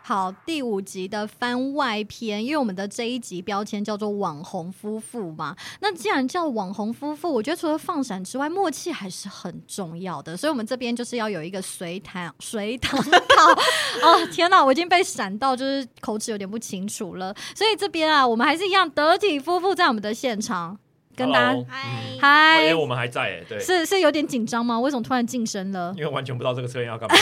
好，第五集的番外篇，因为我们的这一集标签叫做“网红夫妇”嘛。那既然叫网红夫妇，我觉得除了放闪之外，默契还是很重要的。所以，我们这边就是要有一个随堂随 堂考。哦，天哪，我已经被闪到，就是口齿有点不清楚了。所以这边啊，我们还是一样得体夫妇在我们的现场跟大家 Hello 嗨，哎、嗨。我们还在哎、对，是是有点紧张吗？为什么突然晋升了？因为完全不知道这个测验要干嘛。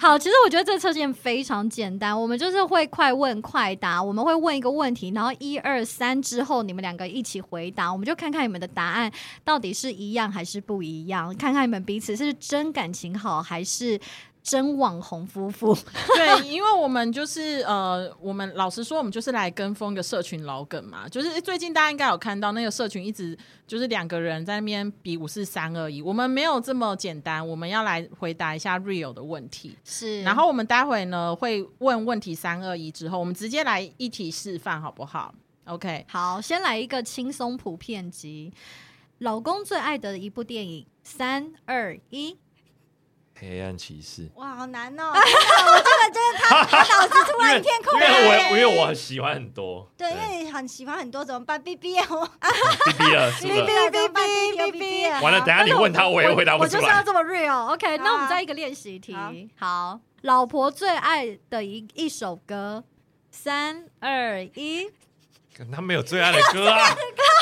好，其实我觉得这测验非常简单，我们就是会快问快答，我们会问一个问题，然后一二三之后你们两个一起回答，我们就看看你们的答案到底是一样还是不一样，看看你们彼此是真感情好还是。真网红夫妇，对，因为我们就是呃，我们老实说，我们就是来跟风一个社群老梗嘛。就是诶最近大家应该有看到那个社群一直就是两个人在那边比五四三而已，我们没有这么简单，我们要来回答一下 real 的问题。是然后我们待会呢会问问题三二一之后，我们直接来一题示范好不好？OK，好，先来一个轻松普遍级，老公最爱的一部电影，三二一，黑暗骑士，哇，好难哦！ 真的我这个真的他他脑子突因为然一片因空为白。我因为我喜欢很多，对，因为你很喜欢很多怎么办？B B 我逼逼了，是不哔是？啊哔 B B B 完了，等一下你问他，我也回答不我出就是要来。这么 real。OK，、好啊那我们再一个练习题。好好，老婆最爱的一一首歌，三二一，他没有最爱的歌啊，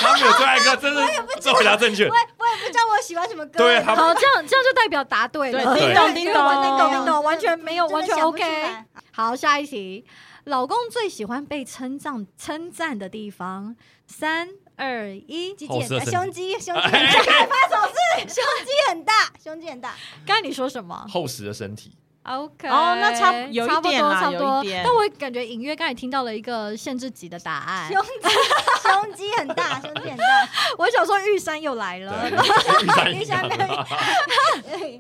他没有最爱的歌，真是这回答正确。我也不知道我喜欢什么歌。对啊他好，这样这样就代表答对了。对对 叮咚叮对咚叮咚叮咚，完全没有，真的完全想不出 OK 来。啊好，下一题，老公最喜欢被称赞称赞的地方，三二一，肌好色腱神 胸肌，胸肌很大，发手势，胸肌很大，胸肌很大。刚才你说什么？厚实的身体， OK，哦那差不有一差不多点啦差不多有一点但我感觉隐约刚才听到了一个限制级的答案 胸。肌，胸肌很 大，胸肌很大。我想说玉山又来对了啊，，跟玉山一玉山没样。对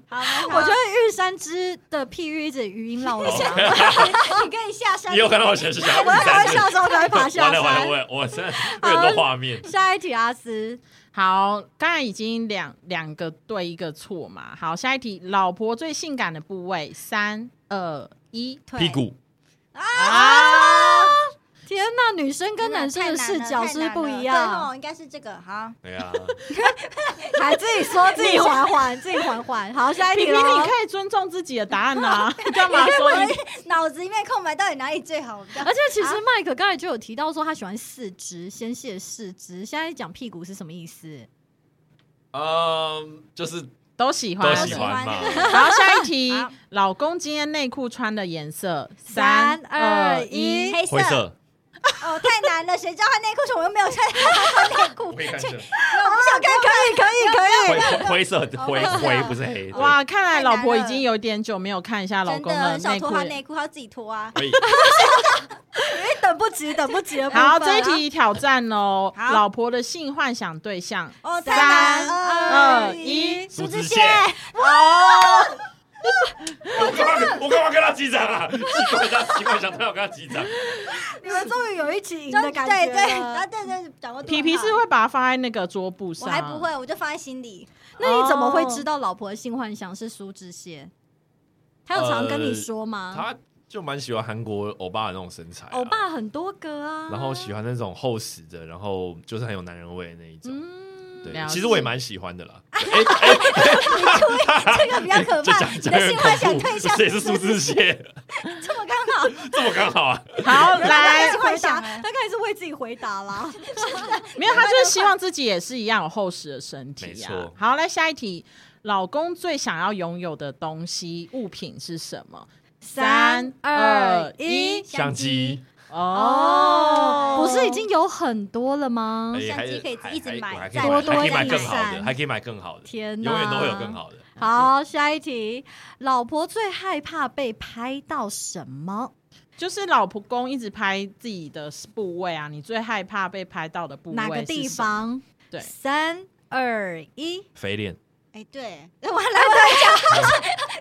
哎好，没我觉得玉山之的譬喻一直余音绕梁。 得你可以下山也。有看到我显示想要玉我要赶快山下山，我赶快爬下完了完山。了，我我真的有很多画面。下一题，啊阿斯，好，刚才已经两两个对一个错嘛。好，下一题，老婆最性感的部位，三二一，腿屁股，啊！哦天哪，女生跟男生的视角是不是不一样，哦，应该是这个。好，对啊，还哎自己说自己缓 缓，自己缓缓。好，下一皮题皮，哎你喽可。以尊重自己的答案 啊，干嘛说你？ 脑子一片空白，到底哪里最好？而且其实麦克刚才就有提到说他喜欢四肢，纤细的四肢。现在讲屁股是什么意思？嗯，就是都喜欢都。喜喜欢嘛。然后下一 题好，老公今天内裤穿的颜色，三二二一一，黑灰色，哦，太难了，谁知道他内裤是我又没有穿他内裤 我？可以看这， OK，可以，可以，可以。 灰灰灰色灰哦灰灰色不是黑。对哇，看来太难老婆已了经有点久没有看一下老真公的很少内脱裤他了。内裤，他自己脱啊。可以，等不及，等不及的部分好，这一题挑战喽，好老婆的性幻想对象，哦，太难三了，二一苏苏志志燮燮，哇，我干嘛我干嘛跟他击掌啊？奇怪，他奇怪，想他我跟他击掌。你们终于有一起赢终的于感对觉对，了然。对对掌握度很好。皮皮是会把它放在那个桌布上，我还不，会，我就放在心里。那你怎么会知道老婆的性幻想是苏志燮？他有常跟呃你说吗？他就蛮喜欢韩国欧巴的那种身材啊，欧巴很多个啊，然后喜欢那种厚实的，然后就是很有男人味的那一种。嗯，对了，解其实我也蛮喜欢的啦。哎哎，这个比较可这怕，讲你讲的性幻想很恐对怖象这也是苏志燮，这么刚好，这么刚好啊。 好来他，回幻答，想他刚才是为自己回答啦。 没有，他就是希望自己也是一样有厚实的身体、啊。没错好，来下一题，老公最想要拥有的东西物品是什么？三二一，相机，哦，不是已经有很多了吗？哎还相机可以还一直还买我还可再以买多多还可以买更益好善的，还可以买更好的，天哪，永远都会有更。好的。好，下一题，老婆最害怕被拍到什么？就是老婆公一直拍自己的部位啊，你最害怕被拍到的部位哪个地是什么？方？对三二一，肥脸，哎，对，我还来不及讲，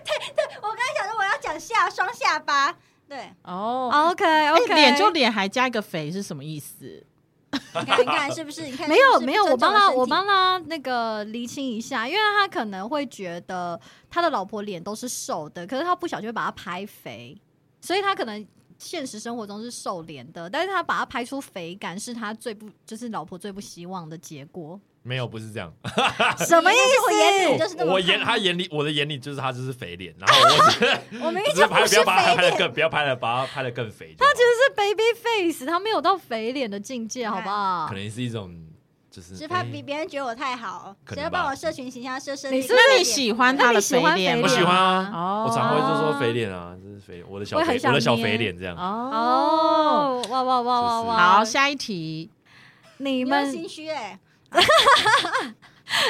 对对，我刚才想说我要讲下双下巴，对，哦。 OK 哎 OK，脸就脸还加一个肥是什么意思？你看你看是不是？你看没有没有，我帮他我帮帮他那个厘清一下，因为他可能会觉得他的老婆脸都是瘦的，可是他不小心会把她拍肥，所以他可能现实生活中是瘦脸的，但是他把它拍出肥感，是他最不就是老婆最不希望的结果。没有，不是这样。什么意我眼里思？啊就是那么我眼胖他眼里，我的眼里就是他就是肥脸，然后我只是我明明只是就拍，不不是要把他拍肥的脸，更，不要拍的把他拍的更肥就好。他就是 baby face，他没有到肥脸的境界，好不好可？能是一种就是只怕哎比别人觉得我太好，嗯可能吧只要帮我社群形象设设你立。是不是那你喜欢他那的你喜欢脸吗？我喜欢啊，哦我常会就说肥脸啊，就是肥我的小我也很肥想我的小肥捏脸这样。哦。哦，哇哇哇哇就是哇！好，下一题，你你们们心虚哎，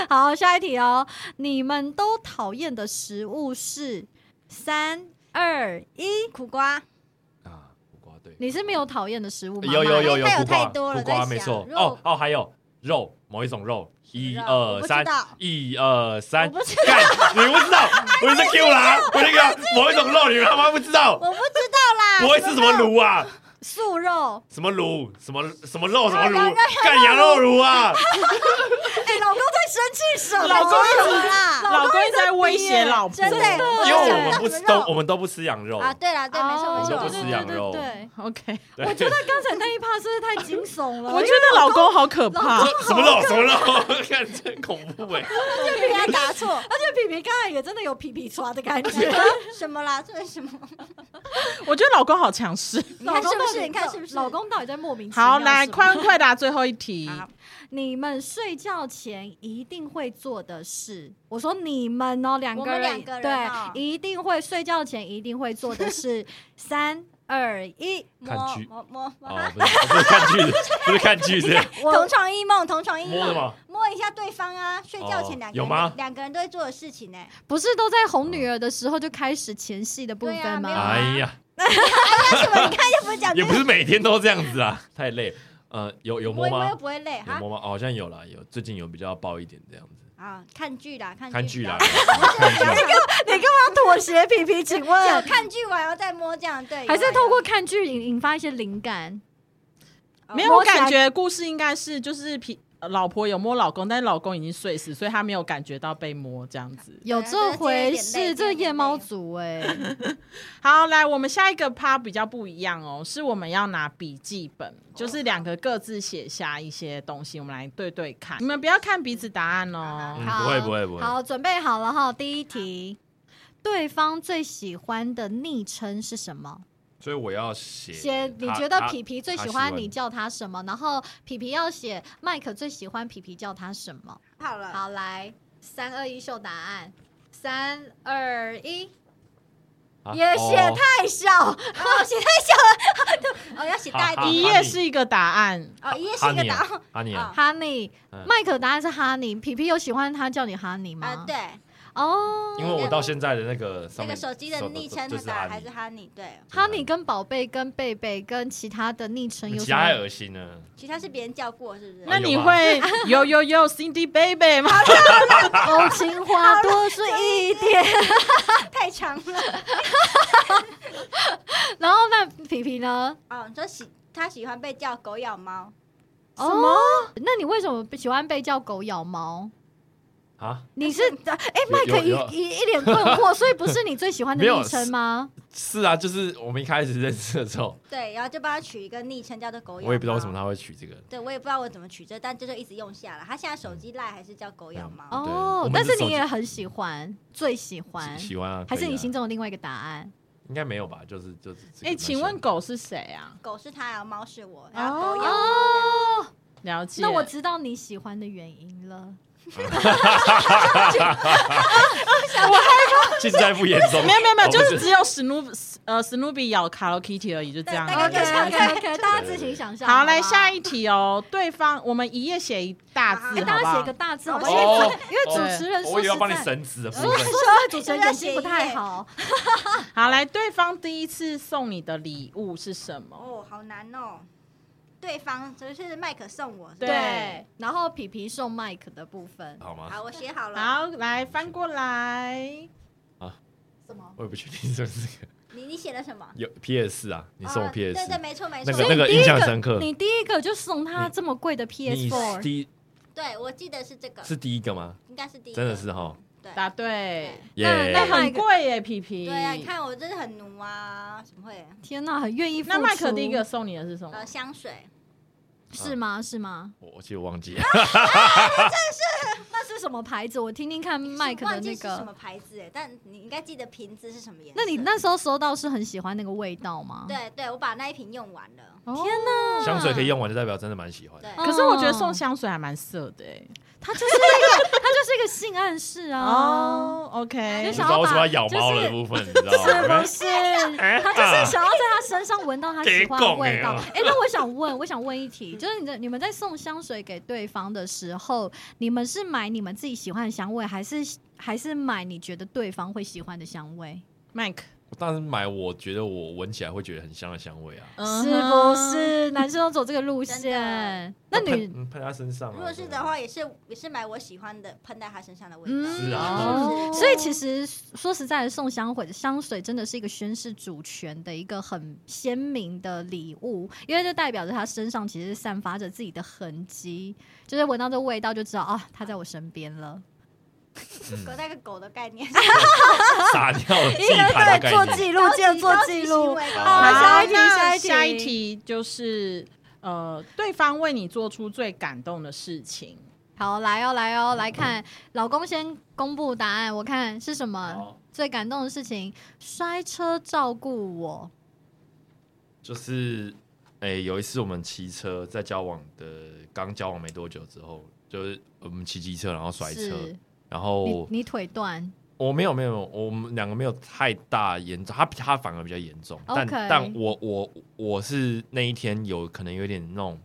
好，下一题哦。你们都讨厌的食物是三二一，苦瓜。啊，苦瓜对，哎你是没有讨厌的食物吗？有有有有因为苦有瓜，太多了苦瓜在没想错。肉哦哦，还有肉，某一种肉，一肉我二不三知道，一二三，我不知干，你不知道，我是 Q 啦，我那个某一种肉，你们他妈不知道，我不知道啦，不会是什么卤？卤啊？素 肉。什么卤？什么什么肉？什么羊卤肉？干羊肉卤啊！哎、老公在生气什么？老公什么啦？老公一直在威胁老婆，真的耶，因为我们想不知吃道都我们都不吃羊肉啊，对啦，对，没哦错没我们都错，吃羊肉对对对对 OK，对我觉得刚才那一趴是不是太惊悚了？我觉得老公好可怕，什么肉？什么肉？ 看真恐怖 哎！不要答错而且皮皮刚才也真的有皮皮刷的感觉， 什么啦？这是什么？我觉得老公好强势。你看是不到底是？你看是不是？老公到底在莫名其妙？好，来快问快答最后一题。好你们睡觉前一定会做的事，我说你们哦，两我个们人，两个人哦对，一定会睡觉前一定会做的事。 三 呃二一，看摸剧摸摸摸哦啊，，不是不是看剧的，不是看 剧的，同床异梦，同床异摸什梦，么？摸一下对方啊！睡觉前哦两个有人吗两个人都会做的事情呢。不是都在哄女儿的时候就开始前戏的部分吗？对啊哎呀，为什么？你看又 不是啊讲也这不个，是每天都这样子啊，太累。呃，有有摸摸一摸又吗？不会累啊有哈。摸吗？哦好像有啦，有最近有比较爆一点这样子，啊，看剧啦，看看剧啦，比较看剧。妥协皮 皮，请就看剧完然后再摸这样，对，还有是啊透过看剧引引发一些灵感？ 没有，我感觉故事应该是就是皮呃老婆有摸老公，但是老公已经睡死，所以她没有感觉到被摸这样子。有这回事，对这这有点累夜猫族哎、嗯好，来我们下一个趴比较不一样哦，是我们要拿笔记本，就是两个各自写下一些东西，我们来对对看。你们不要看彼此答案哦。嗯好不会不会不会好，准备好了哈，第一题，对方最喜欢的昵称是什么？所以我要写写你他觉得他皮皮最他喜喜欢欢你叫他什么？然后皮皮要写麦克最喜欢皮皮叫他什么？好了。好，来三二一秀答案，三二一，啊也写哦太小， 哦，写太小了， 哦，要写大一好点。一页是一个答案，哦，一页是哈一个尼答啊案。哈尼啊， Honey，嗯麦克答案是 Honey，皮皮有喜欢他叫你 Honey 吗？啊，，对，哦因为我到现在的那个上那面个手机的昵称就的是答哈案还尼是，哈尼，对， ，Honey 跟宝贝、跟贝贝、跟其他的昵称有其什他还么？恶心呢。其他是别人叫过，是不是？嗯那你有吗会有有有 Cindy baby 吗？ 哦，情话多是一点。太长了。 然后那皮皮呢？哦，你说喜他喜欢被叫狗咬猫，什么？哦那你为什么喜欢被叫狗咬猫？啊，你是哎、麦有克一有一一脸困惑，所以不是你最喜欢的没有昵称吗？是啊，就是我们一开始认识的时候， 对，然后就帮他取一个昵称叫做狗咬。我也不知道为什么。他会取这个。对，我也不知道我怎么取这，但这就一直用下了。他现在手机赖还是叫狗咬猫， 对我哦，们但是是手你机也很喜欢，最喜欢，喜喜欢啊，还是可以你啊心中的另外一个答案？应该没有吧？就是就是这个蛮喜哎、欢的。请问狗是谁啊？狗是他，然后猫是我，然后狗咬猫这样。哦，了解。啊那我知道你喜欢的原因了。尽在不言中， 没有没有没有，就我是们只有史努呃史努比咬 Hello Kitty 而已，就这样对。大概 OK 就 OK OK，大家自行想象。好，不来下一题哦。对方，我们一页写一大字，哎好大不家好？写个大字好不好？因好为吧主因为主持人哦我说以为实要帮你在，神职的部说说分实，在主持人眼睛不太好。好，来，对方第一次送你的礼物是什么？哦，好难哦。对方就是麦克送我，是不是对对，然后皮皮送麦克的部分，好吗？好，我写好了。好，来翻过来。什么？我也不确定是不是这个你你写了什么？有 PS 四啊，你送我哦对 PS 对，四，没错那。没错个所以那个第一印象深刻。你第一个就送他这么贵的你 PS4，第对，我记得是这个，是第一个吗？应该是第一个。真的是哈，对答对对，那哎，那很贵耶，皮皮。对啊，你看我真的很奴啊，怎么会？天哪，很愿意付出。那麦克第一啊个送你的是什哦么呃，？香水，是吗？是吗？我我其实我忘记了，那是什么牌子？我听听看麦克我的忘记那是什个。么牌子哎，但你应该记得瓶子是什么颜色。那你那时候收到是很喜欢那个味道吗？对对，我把那一瓶用完了。哦，天哪，香水可以。用完就代表真的蛮喜欢的。对，哦可是我觉得送香水还蛮色的哎。它就是一个，它就是一个性暗示啊。哦，OK，就你知想道要为什么把要咬猫的部分，你知道是吗啊不？是？他就是想要在他身上闻到他喜欢的味道给拱。哎、那我想问，我想问一题，就是你的你们在送香水给对方的时候，你们是买你们自己喜欢的香味，还是还是买你觉得对方会喜欢的香味？ Mike，我当时买我觉得我闻起来会觉得很香的香味啊，嗯是不？是男生都走这个路线？那女喷喷他身上啊。如果是的 话，也是也是买我喜欢的，喷在他身上的味道。嗯是啊哦是所以其实说实在的，送香水香水真的是一个宣示主权的一个很鲜明的礼物，因为就代表着他身上其实散发着自己的痕迹，就是闻到这味道就知道啊，他在我身边了。嗯狗带个狗的概念， 撒尿地毯的概念，记高级高级行为好好，下一题，那下下一题，一。题就是呃，对方为你做出最感动的事情。好，来哦，来哦，来看，老公先公布答案，我看是什嗯么好最感动的事情？摔车照顾我，就是哎、有一次我们骑车在交往的刚交往没多久之后，就是我们骑机车然后摔车，哦是然你后你腿断，我没有没有，我们两个没有太大严重，他他反而比较严重 OK 但但我我我是那一天有可能有点那种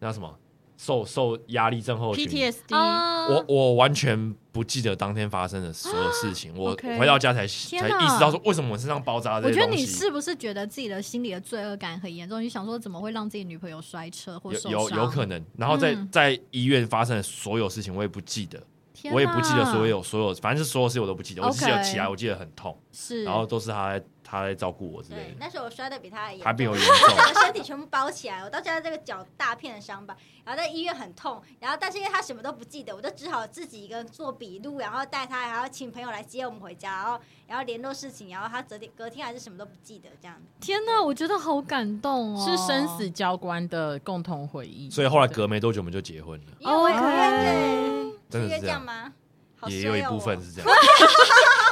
那叫什么受受压力症候群 PTSD，啊我我完全不记得当天发生的所有事情，我 OK 我回到家才啊天才哪意识到说为什么我身上包扎这我觉些得东你西。是不是觉得自己的心里的罪恶感很严重？你想说怎么会让自己女朋友摔车或受有伤？有有可能，然后在、嗯在医院发生的所有事情，我也不记得，天哪，我也不记得所有所有，反正是所有事我都不记得，我只记得 OK 起来，我记得很痛，是，然后都是他在他在照顾我之类对，的，那时候我摔的比他还严重，他比我严我重。整个身体全部包起来，我到现在这个脚大片的伤疤，然后在医院很痛，然后但是因为他什么都不记得，我就只好自己一个人做笔录，然后带他，然后请朋友来接我们回家，然后然后联络事情，然后他隔天隔天还是什么都不记得这样子。天哪，我觉得好感动哦，是生死交关的共同回 忆。所以后来隔没多久我们就结婚了，因为我也 OK 哦对真的是是因为这这样样，吗？好也衰有一哦部我分 是这样。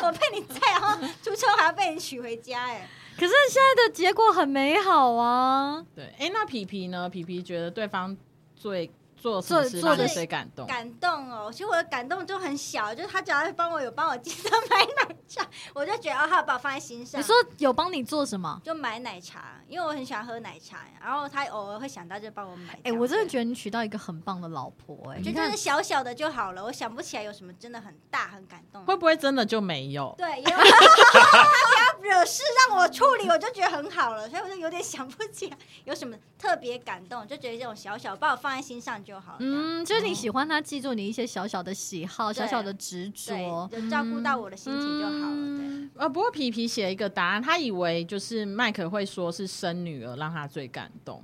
我被你载，然后出车祸还要被你娶回家，哎，可是现在的结果很美好啊，对，哎、那皮皮呢？皮皮觉得对方最做什做么事让做你的最感动？感动哦！其实我的感动就很小，就是他只要帮我有帮我记得买奶茶， 我就觉得哦，他有把我放在心上。你说有帮你做什么？就买奶茶，因为我很喜欢喝奶茶，然后他偶尔会想到就帮我买。哎、我真的觉得你娶到一个很棒的老婆、哎，得就你就看是小小的就好了，我想不起来有什么真的很大很感动。会不会真的就没有？对，因为 他只要惹事让我处理，我就觉得很好了，所以我就有点想不起来有什么特别感动，就觉得这种小小把我放在心上就好了。嗯嗯，就是你喜欢他，记住你一些小小的喜好、对小小的执对着，，就照顾到我的心情就好了。对，嗯呃，不过皮皮写一个答案，他以为就是麦克会说是生女儿让他最感动。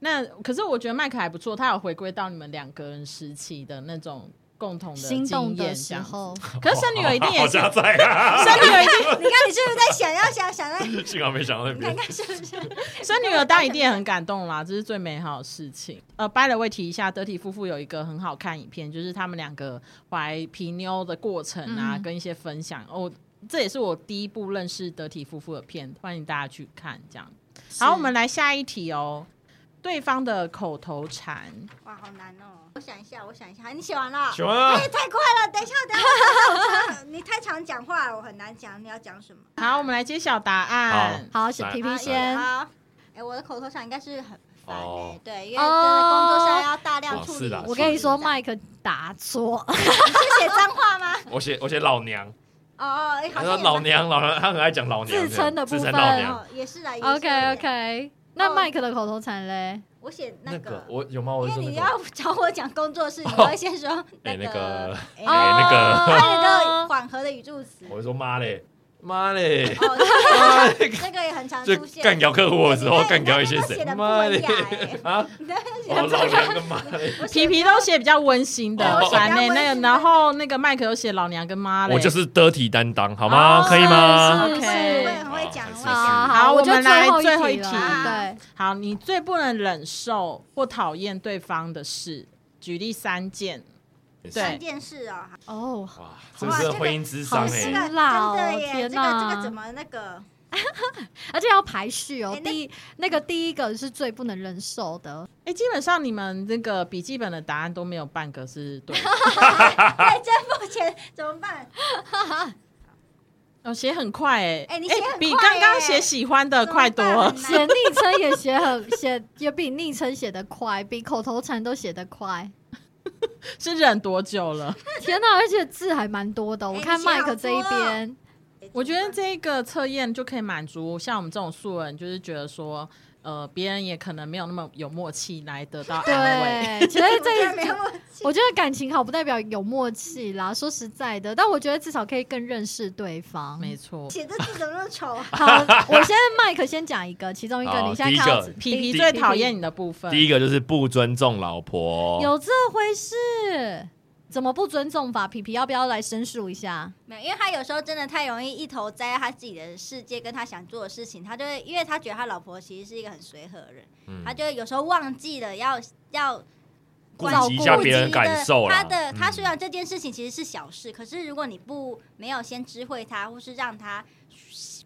那可是我觉得麦克还不错，他有回归到你们两个人时期的那种共同的心动经的验时这样子。候，可是生女儿一定 也好是加载啊，生女儿一定你看你是不是在想要想想在，你幸好没想到那 边看。看是不是？生女儿当然一定也很感动啦，这是最美好的事情。呃，by the way 提一下，德体夫妇有一个很好看影片，就是他们两个怀皮妞的过程啊，嗯跟一些分享哦。这也是我第一部认识德体夫妇的片，欢迎大家去看。这样，好，我们来下一题哦。对方的口头禅，哇，好难哦！我想一下，我想一下，你写 完了？喜欢啊哎，，太快了！等一下，等一下我想，你太常讲话了，我很难讲。你要讲什么？好，我们来揭晓答案。好，是啊来皮好皮先。好，哎，我的口头禅应该是很烦哎哦，对，因为真的工作上要大量哦处是理。啦我跟你说，你麦克答错，是写脏 话吗？我写我写老娘，哦哦，哎他好说像老娘老娘，他很爱讲老娘自称的部分自称老也蛮娘。哦，也是啦。也是 OK 对 OK，那麦克的口头禅嘞？我写那个个。我有吗？因我为说那你个吗要找我讲工作事，你会先说哎那个个，哎那个那个哦缓和的语助词。我就说妈嘞，妈嘞， 哦，这个这个也很常就出现。哎干掉客户的时候，对干掉一些那那谁写？得不妈嘞文雅 欸啊！我老娘个妈嘞！皮皮都写比较温馨的哦，闪比较温馨内的那个，然后那个麦克有写老娘跟妈嘞，我就是 dirty 担当，好 吗？哦可以吗？是很 OK 会很会讲，很会哦好讲。好我我就们来最后后一题题了，对。好，你最不能忍受或讨厌对方的事，举例三件。对三件事哦，哎哦，哇，这是婚姻之好上辛哎、这个辣真哦，的耶，天这个这个哪怎！么那 个？而且要排序哦哎，那第一那个第一个是最不能忍受的，哎、基本上你们那个笔记本的答案都没有半个是 对的。对，哎这目前怎么办？哦，写很快哎、哎你写很比快刚刚哎写喜欢的怎么快多办了。很写 难昵称也写很 写，也比昵称写得快，比口头禅都写得快。是忍多久了？天哪，而且字还蛮多的，我哎看你写麦好克这一多哦边，我觉得这个测验就可以满足像我们这种素人，就是觉得说，呃，别人也可能没有那么有默契来得到安慰。对，其实这没一有默契我觉得感情好不代表有默契啦，说实在的，但我觉得至少可以更认识对方。没错，写这字怎么那么丑啊？好，我先麦克先讲一个，其中一个好你现在第一看到个第皮皮第最第讨厌你的部分。第一个就是不尊重老婆，哦有这回事？怎么不尊重法？皮皮要不要来申诉一下？ 没有，因为他有时候真的太容易一头栽在他自己的世界，跟他想做的事情，他就会，因为他觉得他老婆其实是一个很随和的人，嗯他就会有时候忘记了要要顾照及一顾下自别人感受啦。他的他虽嗯然这件事情其实是小事，可是如果你不没有先知会他，或是让他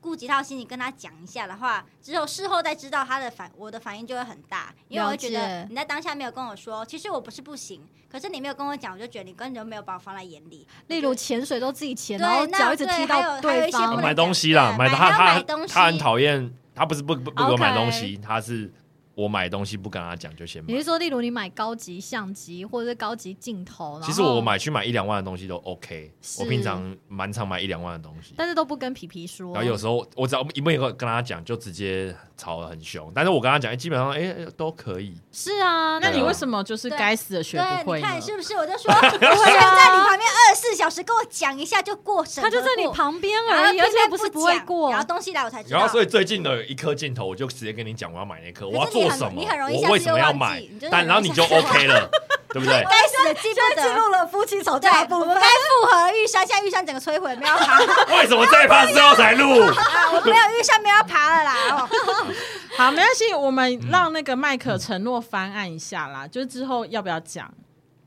顾及到心里跟他讲一下的话，只有事后再知道他的反我的反应就会很大，因为了我会觉得解你在当下没有跟我说，其实我不是不行，可是你没有跟我讲，我就觉得你根本就没有把我放在眼里。例如潜水都自己潜，对然后那脚一直踢到对还有还有一些不啊方能。买东西啦，对买买他他他买东西他很讨厌，他不是不不不给我 OK 买东西，他是我买东西不跟他讲就先买你。是说，例如你买高级相机或者是高级镜头，然后其实我，买去买一两万的东西都 OK，是我平常蛮常买一两万的东西。但是都不跟皮皮说。然后有时候我只要一没有跟他讲，就直接吵得很凶。但是我跟他讲，哎基本上哎、哎都可以。是啊，那那你对啊为什么就是对该死的学不对，会你呢？看是不是？我就 说，我现在在你旁边二十四小时跟我讲一下就过审核他过，就在你旁边然后而已，而且偏偏不是不不会讲过然。后东西来我才知道。然后所以最近的一颗镜头，我就直接跟你讲我要买那颗，我要啊可是你做很什么，你很容易我下次为什么就要忘记买你就，是但很然后容易你就下次 OK 了，对不对？该死的记不得，了夫妻吵对，我们该复合玉山，现在玉山整个摧毁，没有要爬为什么这一趴之后 才录？啊，我没有玉山没有要爬了啦。哦， 好，没关系，我们让那个麦克承诺翻案一下啦，就是之后要不要讲？嗯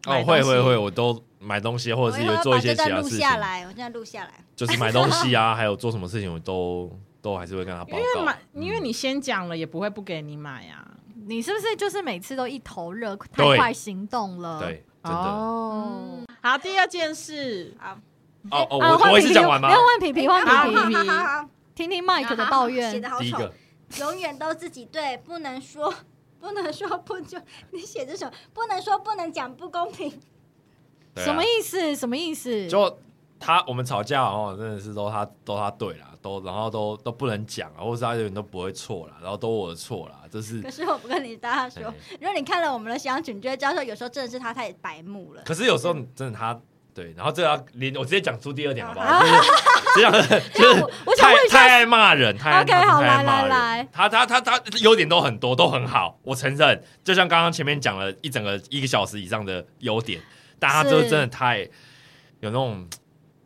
哦，会会会，，我都买东西，或者我是以后有要做把一些这其段他录事下情，来，我现在录下来。就是买东西啊，还有做什么事情，我都都还是会跟他报 因为告嗯买。，因为你先讲了，也不会不给你买啊。你是不是就是每次都一头热，太对快行动了？，对，真的。哦哦，好，第二件事，好，哦，啊我换我也皮是皮讲完吗没？有换皮皮，换好皮好皮好，好好好，听听麦克的抱怨啊写。的好第一丑个，永远都自己对，不能说，不能说不就你写这首，不能说不能讲不公平。对啊什么意思？什么意思？ 就他我们吵架哦，真的是都他都他对啦，都然后都都不能讲啊，或者是他永远都不会错啦，然后都我的错啦，这是哎可。是我不跟你大家说，如果你看了我们的相群，你就会知道说，有时候真的是他太白目了。可是有时候真的他对，然后这个要连我直接讲出第二点好不啊好？就是这样，就是我我想太问一太下，爱骂人，太爱 OK，他真的好太爱来骂来人来他他他他优点都很多，都很好，我承认。就像刚刚前面讲了一整个一个小时以上的优点，但他就是真的太有那种，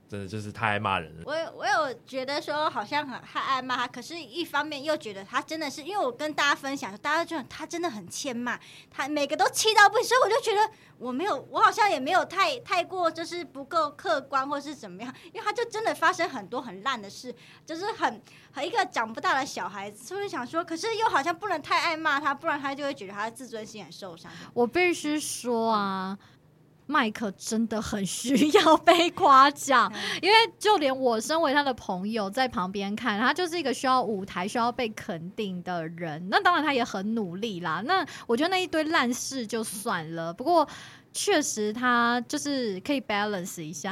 真的就是太爱骂人了。我有我有觉得说好像很很爱骂他，可是一方面又觉得他真的是，因为我跟大家分享，大家就觉得他真的很欠骂，他每个都气到不行，所以我就觉得我没有，我好像也没有太太过就是不够客观或是怎么样，因为他就真的发生很多很烂的事，就是很很一个长不大的小孩子，所以想说，可是又好像不能太爱骂他，不然他就会觉得他的自尊心很受伤。我必须说啊，麦克真的很需要被夸奖，因为就连我身为他的朋友在旁边看，他就是一个需要舞台、需要被肯定的人。那当然，他也很努力啦。那我觉得那一堆烂事就算了，不过。确实，他就是可以 balance 一下，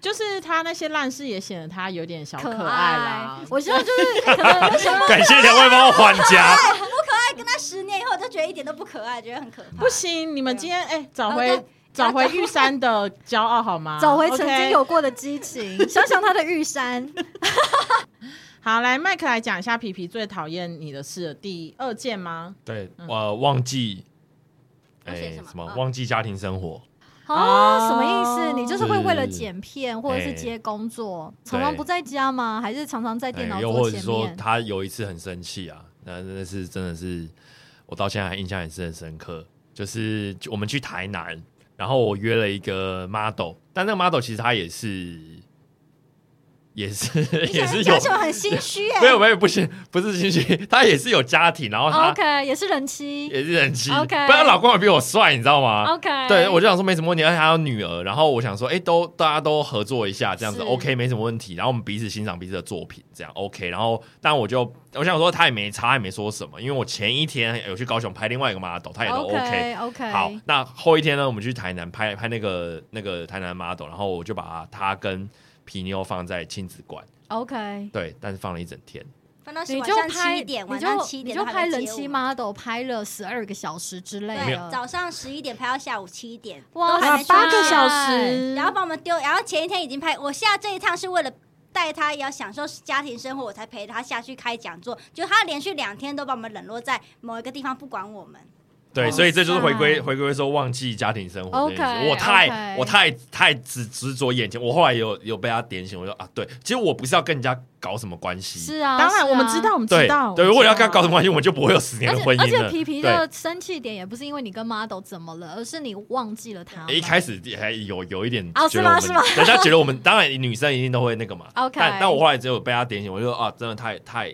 就是他那些烂事也显得他有点小可爱爱啦。。我现在就是哎可能 感谢两位帮我缓夹，不可爱，跟他十年以后，我就觉得一点都不可爱，觉得很可怕。嗯不行，你们今天哎、找哦回对找回玉山的骄傲好吗？找回曾啊 OK 经有过的激情，想想他的玉山，好，来麦克来讲一下皮皮最讨厌你的事的第二件吗？对，我忘记，我写哎，什么什么嗯忘记家庭生活，哦，什么意哦思？你就是会是哎为了剪片或者是接工作，常常不在家吗？还是常常在电哎脑又或桌者前说面？他有一次很生气啊，那那是真的是我到现在还印象也是很深刻，就是我们去台南，然后我约了一个 model，但那个 model 其实他也是也是你也想是要有讲什么很心虚哎、没有没有不是不是亲戚，他也是有家庭，然后他 OK，也是人妻。也是人妻 OK 不然她老公还比我帅，你知道吗 OK，啊对，我就想说没什么问题，而且还有女儿，然后我想说，哎、都大家都合作一下，这样子是 OK，没什么问题。然后我们彼此欣赏彼此的作品，这样 OK。然后，但我就我想说，他也没差，也没说什么，因为我前一天有去高雄拍另外一个 model，他也都 OK OK，好，那后一天呢，我们去台南拍拍那个那个台南 model，然后我就把他跟皮妞放在亲子馆， OK，对，但是放了一整天。翻到你晚就上拍七点，你晚就上七你点就都还拍没人接妻我？ model 拍了十二个小时之类对的，，早上十一点拍到下午七点，哇都还塞没出八个门小嗯嗯时，然后把我们丢，然后前一天已经拍，我下这一趟是为了。带他也要享受家庭生活，我才陪他下去开讲座。就他连续两天都把我们冷落在某一个地方，不管我们。对，哇所以这就是回归塞回归说忘记家庭生活这 OK，件事我太 OK 我太太执执着眼前，我后来有有被他点醒，我说啊，对，其实我不是要跟人家搞什么关系，是啊，当然是啊我们知道，我们对知道，对，我们知道如果要跟他搞什么关系，我们就不会有十年而的且婚而姻且了。皮皮的生气点也不是因为你跟 model 怎么了，而是你忘记了他们。哎一开始哎还有有一点哦觉得我们是吗人家觉得我们当然女生一定都会那个嘛 OK 但但我后来只有被他点醒，我就说啊，真的太太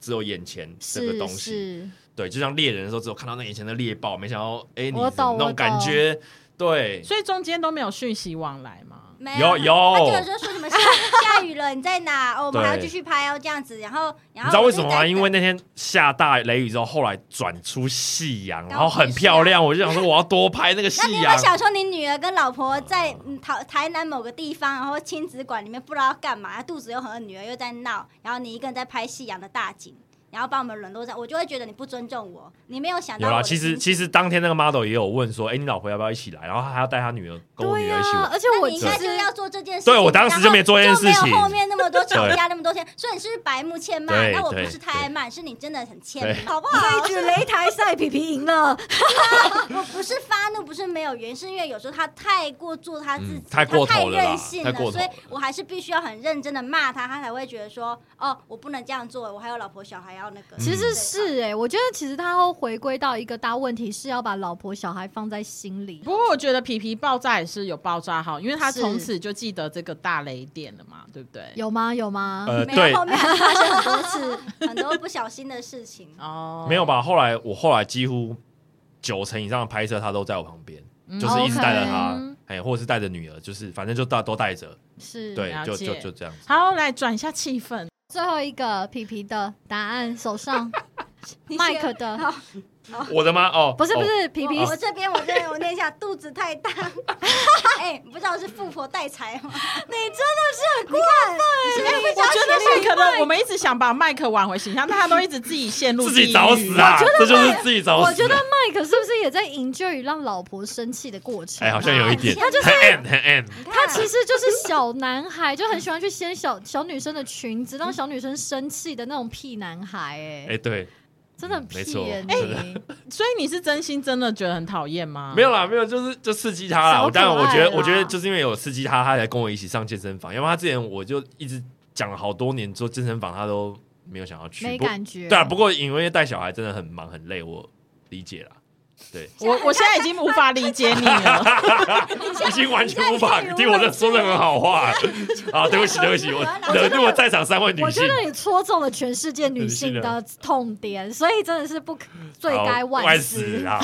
只有眼前这个是东西，是，对，就像猎人的时候只有看到那眼前的猎豹，没想到哎，你我怎么懂那我种感懂觉，对，所以中间都没有讯息往来嘛。没有有他就是说说什么下下雨了，你在哪？哦，我们还要对继续拍哦，这样子。然后，你然后知道我为就什么在吗？等因为那天下大雷雨之后，后来转出夕阳，高然后很漂亮，我就想说我要多拍那个啊那你夕有没有阳。想说，你女儿跟老婆在嗯台台南某个地方，然后亲子馆里面不知道要干嘛，肚子又很饿，女儿又在闹，然后你一个人在拍夕阳的大景，然后把我们沦落在，我就会觉得你不尊重我，你没有想到有我啦，的其心实情。其实当天那个 model 也有问说，哎、你老婆要不要一起来？然后他还要带他女儿跟我对女呀、儿一起玩。而且那我你应其该实就是要做这件事情。对我当时就没做这件事情然后就没有后面那么多吵架，那么多天，所以你是不是白目欠骂？对那我对不是太爱骂，是你真的很欠对骂，好不好？举擂 台赛，皮皮赢了。嗯我不是发怒，不是没有原因，是因为有时候他太过做他自己，嗯太过他太头了啦任性太过头所了以我还是必须要很认真的骂他，他才会觉得说，哦，我不能这样做，我还有老婆小孩要那个。嗯其对实是哎、我觉得其实他要回归到一个大问题，是要把老婆小孩放在心里。不过我觉得皮皮爆炸也是有爆炸好，因为他是从此就记得这个大雷点了嘛，对不对？有吗？有吗？呃，没对有，后面还发生很多 次很多不小心的事情。哦，没有？吧？后来我后来几乎九成以上的拍摄，他都在我旁边，嗯就是一直带着他哦 OK，哎、或者是带着女儿，就是反正就大都带着，嗯是。对，了就就解就这样子。好，来转一下气氛。最后一个皮皮的答案手上， 你麦选克的好我的吗？哦，不是不哦，是皮皮我我这边我这边我念一下，肚子太大，哎、不知道是富婆带财吗？你真的是很过分，你哎是不是我觉得麦克的，我们一直想把麦克挽回形象，但他都一直自己陷入自己地狱找死！啊！这就是自己找死、啊。我觉得麦克是不是也在 enjoy 让老婆生气的过程、哎、啊？好像有一点，他就是很 M 很 M。他其实就是小男孩，就很喜欢去掀小小女生的裙子，让小女生生气的那种屁男孩、哎、哎、对，真的很屁没错耶、真的你。所以你是真心真的觉得很讨厌吗？没有啦，没有，就是就刺激他啦。小我当嗯然，可我觉得，爱啊我觉得啦就是因为有刺激他，他才跟我一起上健身房。要不然他之前我就一直讲了好多年，做健身房他都没有想要去。没不感觉。对啊，不过因为带小孩真的很忙很累，我理解啦。对，我我现在已经无法理解你了。已经完全无法你现在可以听我在说任何 好话啊！对不起，对不起，我惹怒了在场三位女我觉性。得你戳中了全世界女性的痛点，所以真的是不可罪好该万死。啊！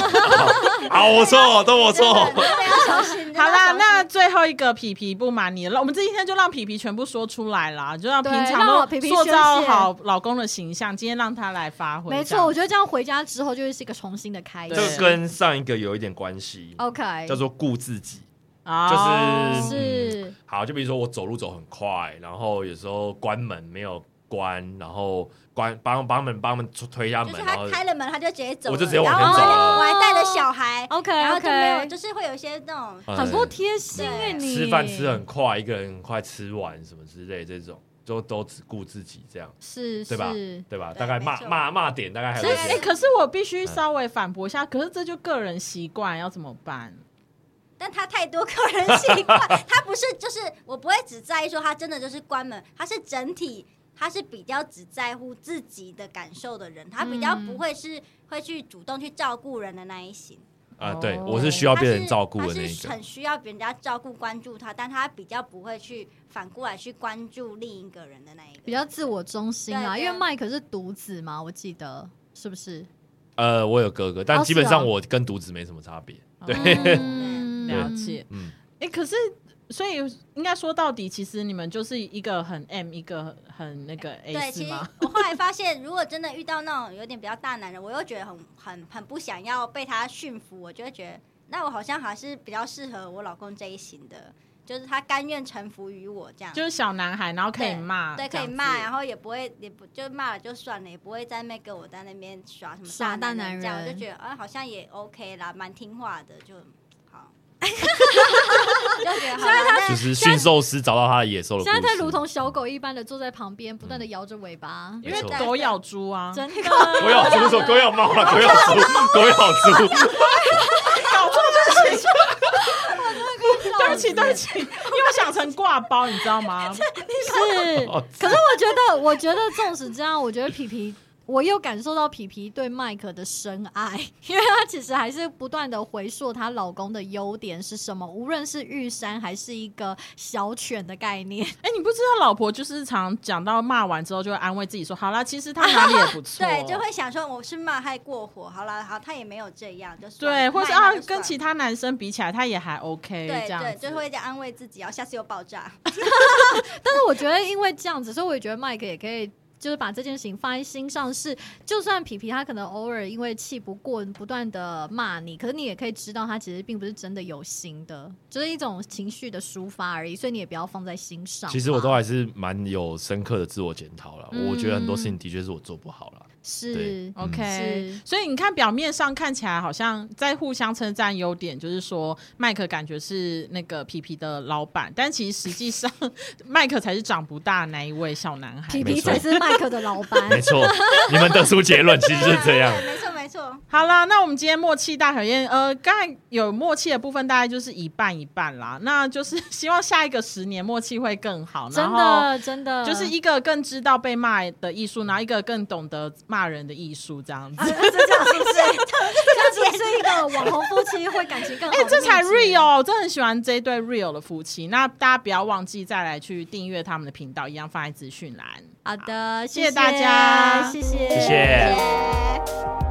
好好，我错，都我错。真的要小心。真的好要啦，小那心最后一个皮皮不瞒你了，我们这今天就让皮皮全部说出来啦，就让平对常让我都皮皮塑造宣泄好老公的形象，今天让他来发挥。没这样错，我觉得这样回家之后就是一个重新的开这始。对个跟上一个有一点关系， OK，哦叫做顾自己。哦就是是嗯好，就比如说我走路走很快，然后有时候关门没有关，然后关帮帮他们帮他们推推下门，就是然后他开了门，他就直接走了，我就直接往前然后走了我还带了小孩， OK 然后就没有， OK，就是会有一些那种嗯很不贴心哎、对你吃饭吃很快，一个人很快吃完什么之类这种，就都只顾自己这样，是对吧是，对吧？对大概没骂错骂骂点大概还有所这以，些哎、可是我必须稍微反驳一下，可是这就个人习惯，要怎么办？但他太多个 人习惯，他不是就是我不会只在意说他真的就是关门，他是整体，他是比较只在乎自己的感受的人，他比较嗯不会是会去主动去照顾人的那一型，啊，对哦我是需要他别是人照顾的那他一是个很。需要别人家照顾关注他，但他比较不会去反过来去关注另一个人的那一个，比较自我中心啊，对因对为麦克是独子嘛，我记得是不是？呃，我有哥哥，但哦基本上是哦我跟独子没什么差别。对， 嗯了解。 嗯，哎、可是所以应该说到底，其实你们就是一个很 M，一个很很那个 A 对，是其实吗？我后来发现，如果真的遇到那种有点比较大男人，我又觉得很很很不想要被他驯服，我就会觉得，那我好像还是比较适合我老公这一型的，就是他甘愿臣服于我这样，就是小男孩，然后可以骂，对，可这以样子骂，然后也不会也不就骂了就算了，也不会在那边跟我在那边耍什么耍大男男这样，我人就觉得啊、好像也 OK 啦，蛮听话的，就 好， 就觉得好啦那就是驯兽师找到他的野兽的故现事。在他如同小狗一般的坐在旁边，不断嗯的摇着尾巴。没因为错狗咬猪啊， 真 的，狗咬猪什么？狗咬猫啊，狗咬猪， 狗咬猪。搞错，对不起，对不起，对不起，因为我想成挂包，你知道 吗？是，哦可是我觉得，我觉得纵使这样，我觉得皮皮。我又感受到皮皮对麦克的深爱，因为她其实还是不断的回溯她老公的优点是什么，无论是玉山还是一个小犬的概念，哎，你不知道老婆就是常讲到骂完之后，就会安慰自己说，好啦，其实他哪里也不 错，对，就会想说我是骂害过火，好了，好，他也没有这样，就算对，了或是骂一骂啊就，算跟了其他男生比起来，他也还 OK，对这样对，子就会在安慰自己，然后下次又爆炸。但是我觉得因为这样子，所以我也觉得麦克也可以。就是把这件事情放在心上是，就算皮皮他可能偶尔因为气不过，不断的骂你，可是你也可以知道他其实并不是真的有心的，就是一种情绪的抒发而已，所以你也不要放在心上嘛。其实我都还是蛮有深刻的自我检讨了。嗯我觉得很多事情的确是我做不好了。是对嗯 OK，、是所以你看表面上看起来好像在互相称赞优点，就是说麦克感觉是那个皮皮的老板，但其实实际 上麦克才是长不大的那一位小男孩皮。没皮错才是麦克的 老板，没错，你们得出结论其实是这样。对，没错没错。 好啦，那我们今天默契大考验，呃，刚才有默契的部分大概就是一半一半啦，那就是 希望下一个十年默契会更好，真然后的真的就是一个更知道被骂的艺术，然后一个更懂得骂人的艺术，这样子。是这样，是不是？这样子是一个网红夫妻会感情更好哎、的秘诀。这才 real，我真的很喜欢这一对 real 的夫妻。那大家不要忘记再来去订阅他们的频道，一样放在资讯栏。好的，谢谢大家谢谢，谢谢谢谢